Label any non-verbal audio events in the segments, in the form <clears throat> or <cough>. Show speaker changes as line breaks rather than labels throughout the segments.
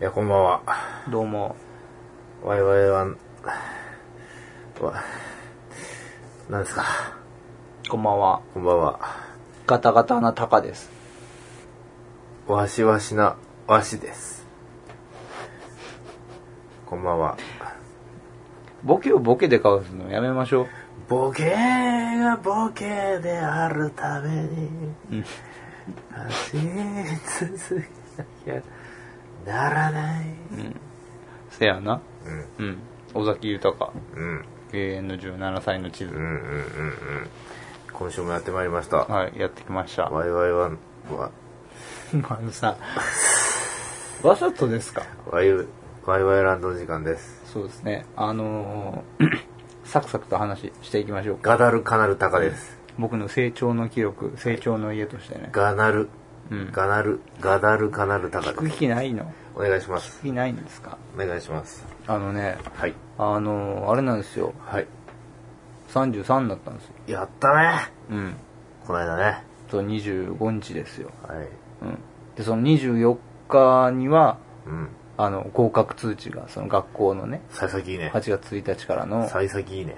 いや、こんばんは。
どうも。
我々は、わ、何ですか。
こんばんは。
こんばんは。
ガタガタなタカです。
わしわしな、わしです。こんばんは。
ボケをボケでカウするのやめましょ
ボケがボケであるために、
う。うん。
走り続けなきゃならない。
せやな。
うん、
うん。尾崎豊。
うん、
永遠の17歳の地
うん、うん、う
図。
ん、うん。今週もやってまいりました。
はい、やってきました。
我々は、わ、
あ
<laughs>
のさ、わざとですか
わゆ、わいわいランドの時間です。
そうですね。あのー <clears throat> サクサクと話していきましょうか。
ガダルカナルタカです。
僕の成長の記録、成長の家としてね。
ガナル、
うん
ガナル、ガダルカナルタカ
聞く
です。
気ないの
お願いします。
聞きないんですか
お願いします。
あのね、
はい。
あのーあれなんですよ。
はい。
33になったんですよ。
やったね。
うん。
この間ね。
と25日ですよ。
はい。
うん、でその24日には
うん。
あの合格通知がその学校のね
幸先いいね。
8月1日からの
幸先いいね。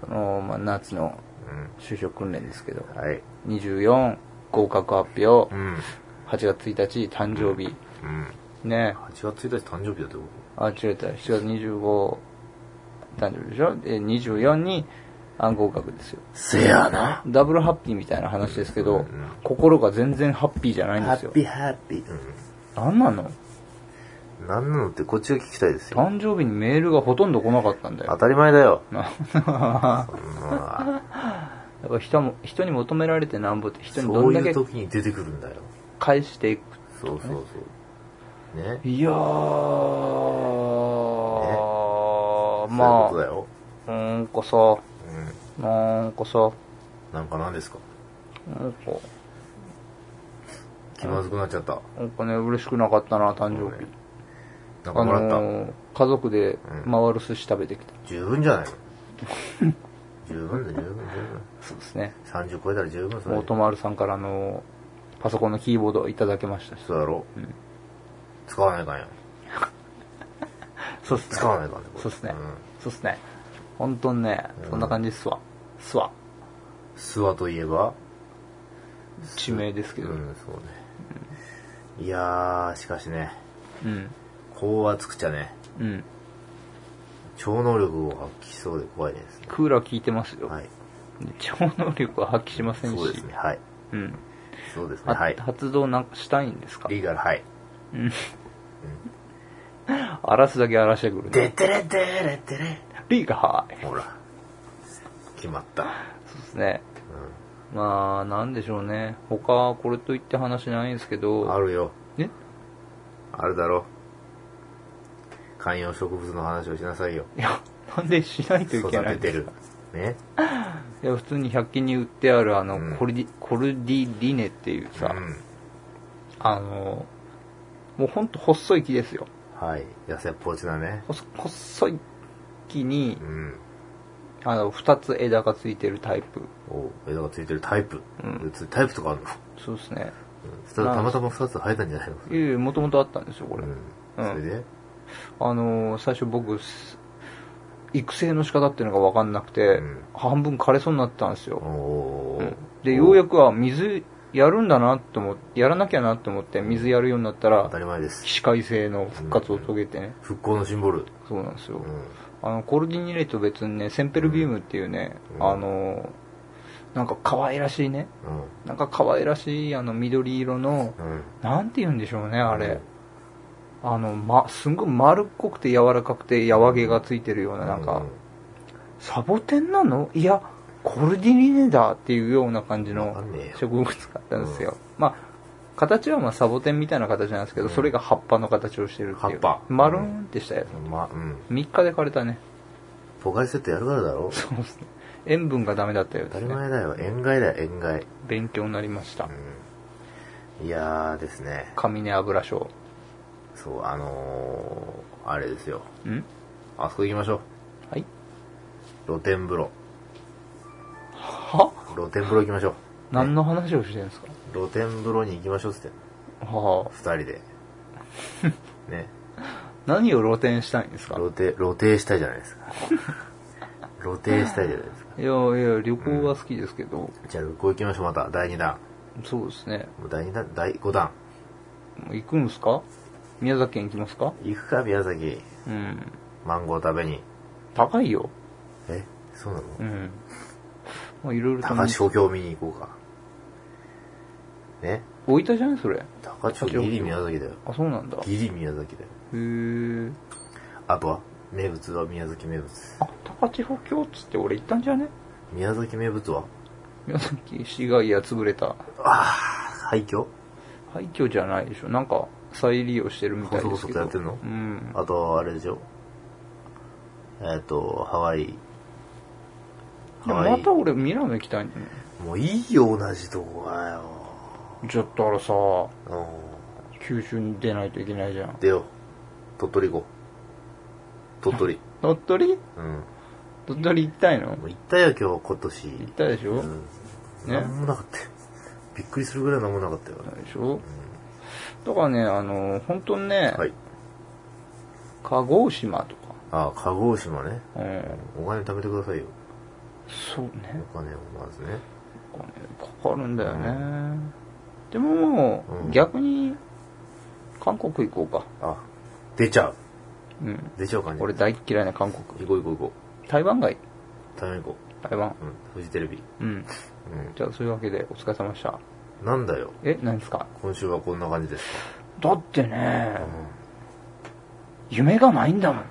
その、まあ、夏の
う
就職訓練ですけど
ん。はい。
24合格発表
う
8
ん。
月1日誕生日
うん。
ね
8月1日誕生日だってこ
あ違う違う7月25誕生日でしょで24にあ合格ですよ
せやな。
ダブルハッピーみたいな話ですけ
うん
ど
うん
心が全然ハッピーじゃないん
ハ
です
ッ
よ
ピーハッピー。う
何なの
ん。なんなのってこっちが聞きたいですよ。
誕生日にメールがほとんど来なかったんだよ
当たり前だ <laughs> よ。
<laughs> な
うん
やっぱ人も人に求められてなんぼって人に
そ
ど
うん
だ
い
け
う時に出てくるんだよ。
返していく
そうそうそう。ね。
いやー
ま
ま
あ。そういうことだよ。
あなんかさ
うん。
なんかさ
なんかなんですか
なんか
気まずくなっちゃった。
なんかね嬉しくなかったな誕生日、
なんかもらった。
あのー家族で
うん
回る寿司食べてきた、
十分じゃないの <laughs> 十分だ、十分、十分。
そうですね
30超えたら十分それ
大
で。
友さんからあのーパソコンのキーボードをいただけましたし
そうだろ、う
うん
使わないかんよ。
そうっすね
使わないかんね、これ
そうっすね、
ん
そうっすね本当にね
うん
そんな感じっすわすわ
諏訪といえば
地名ですけ
う
ど
ん、そうね。いやー、しかしね、
うん
こう暑くちゃね、
うん
超能力を発揮しそうで怖いですね。
クーラー効いてますよ、
はい。
で超能力は発揮しませんし
そうですね、はい。
うん
そうですね、
は
はい。
発動なんかしたいんですか
リーガル、はい。
うん荒らすだけ荒らしてくる
で
ね
てれてれてれ。
リーがはーい
ほら。決まった。
そうですね
う
まあなんでしょうね他これといって話ないんですけ
ん。あ
ど
るよ。
ね
あるだろ。観葉植物の話をしなさいよ。
いやなんでしないとい
育
けない
てて
んです
る
か。
ね。
いや普通に100均に売ってあるあの、
うん
コルディコルディリネっていうさ、
うん。
あのもうほんと細い木ですよ
はい。痩せっぽちだね。
細細い木に
うん。
あの2つ枝がついてるタイプ
お枝がついてるタイプ。
うん
別にタイプとかあるの、
そうですね
うん二つたまたま2つ生えたんじゃないの
いえいえもともとあったんですよこれ、
うん。
うん
それで
あのー最初僕す育成の仕方っていうのが分かんなくて、
うん
半分枯れそうになってたんですよ、
お
うん
ー。
でようや
く。
くは水やるんだなと思ってやらなきゃなと思って水やるようになった
当
ら
たり前です
起。死回生の復活を遂げてね、
復興のシンボル。
そうなんですよ、
うん。
あのコルディネート別にねセンペルビウムっていうね、
うん
あのーなんか可愛らしいね
うん。
なんか可愛らしいあの緑色の
うん。
なんて言うんでしょうねあれ、あの、ま、すんごい丸っこくて柔らかくて、やわげがついてるよう
う
な、なんか、サボテンなのいや、コルディリネだっていうような感じ
わか
の
んねえよ
植物があったんですよ。まあ、形はまあサボテンみたいな形なんですけど、
うん
それが葉っぱの形をしてるっていう。
葉っぱ
マルーンってしたやつ。
うんまあ、うん。
3日で枯れたね。
ポカリセットやるからだろ。
そうですね。塩分がダメだったようで
当たり
すね。
前だよ。塩害だよ、塩害。
勉強になりました。
いやーですね、
カミネ油症。
そう、あのー、あれですよ。
ん
あそこ行きましょ。
はいう
露天風呂。
は
露天風呂行きましょう。
何の話をしてるんですか
<laughs> 露天風呂に行きましょうっつって、
は
二人で。ね。
何を露呈したいんですか
露呈露呈したいじゃないですか露呈したいじゃないですか
いやいや、旅行は好きですけど、
じゃあ旅行行きましょうまた第2弾
そうですね。
もう第2弾第5弾
もう行くんすか宮崎県行きますか
行くか宮崎
うん。
マンゴー食べに
高いよ。
えそうなの、
うん。まあ、いろいろ
高千
楽し
穂峡見に行こうかね
置いたじゃないそれ。
高千穂ギリ宮崎だよ
あ、そうなんだ。へ
ギリ宮崎だよ
え。
あとは名物は宮崎名物
あ、高千穂峡っつって俺行ったんじゃね
宮崎名物は
宮崎市街や潰れた。
廃墟
廃墟じゃないでしょ。なんか、再利用してるみたいですけど。
細々とやって
うんん。
あとあれでしょえっ、とハワイ
でも
ハワ
ま
イ
た俺ミラノ行きたいんだよね。
もういいよ同じとこがよ
ちょっとあれさ、
う
九州に出ないといけないじゃん
ん。出よう鳥取行こう鳥取
鳥取
うん
鳥取行きたいの
もう行ったよ今日今年
行ったでしょ、
うん、
ね
なんもなかったよびっくりするぐらいなんもなかったよ、
でしょだからね、あの、本当にね、
はい
鹿児島とか、
あ鹿児島ね
うん、
お金貯めてくださいよ
そうね、
お金をまずね
お金かかるんだよね。でももう、
うん
逆に、韓国行こうか。
あ出ちゃう
うん。
出ちゃう感じ
俺大っ嫌いな韓国。
行こう行こう行こ
台湾がいいう
台湾行こ
台湾。
ううんフジテレビ
うん。
う
じゃあ、そういうわけで、お疲れ様でした。
んなんだよ
え、何ですか
今週はこんな感じです
だってね
か、う、ん
夢がないんだもん。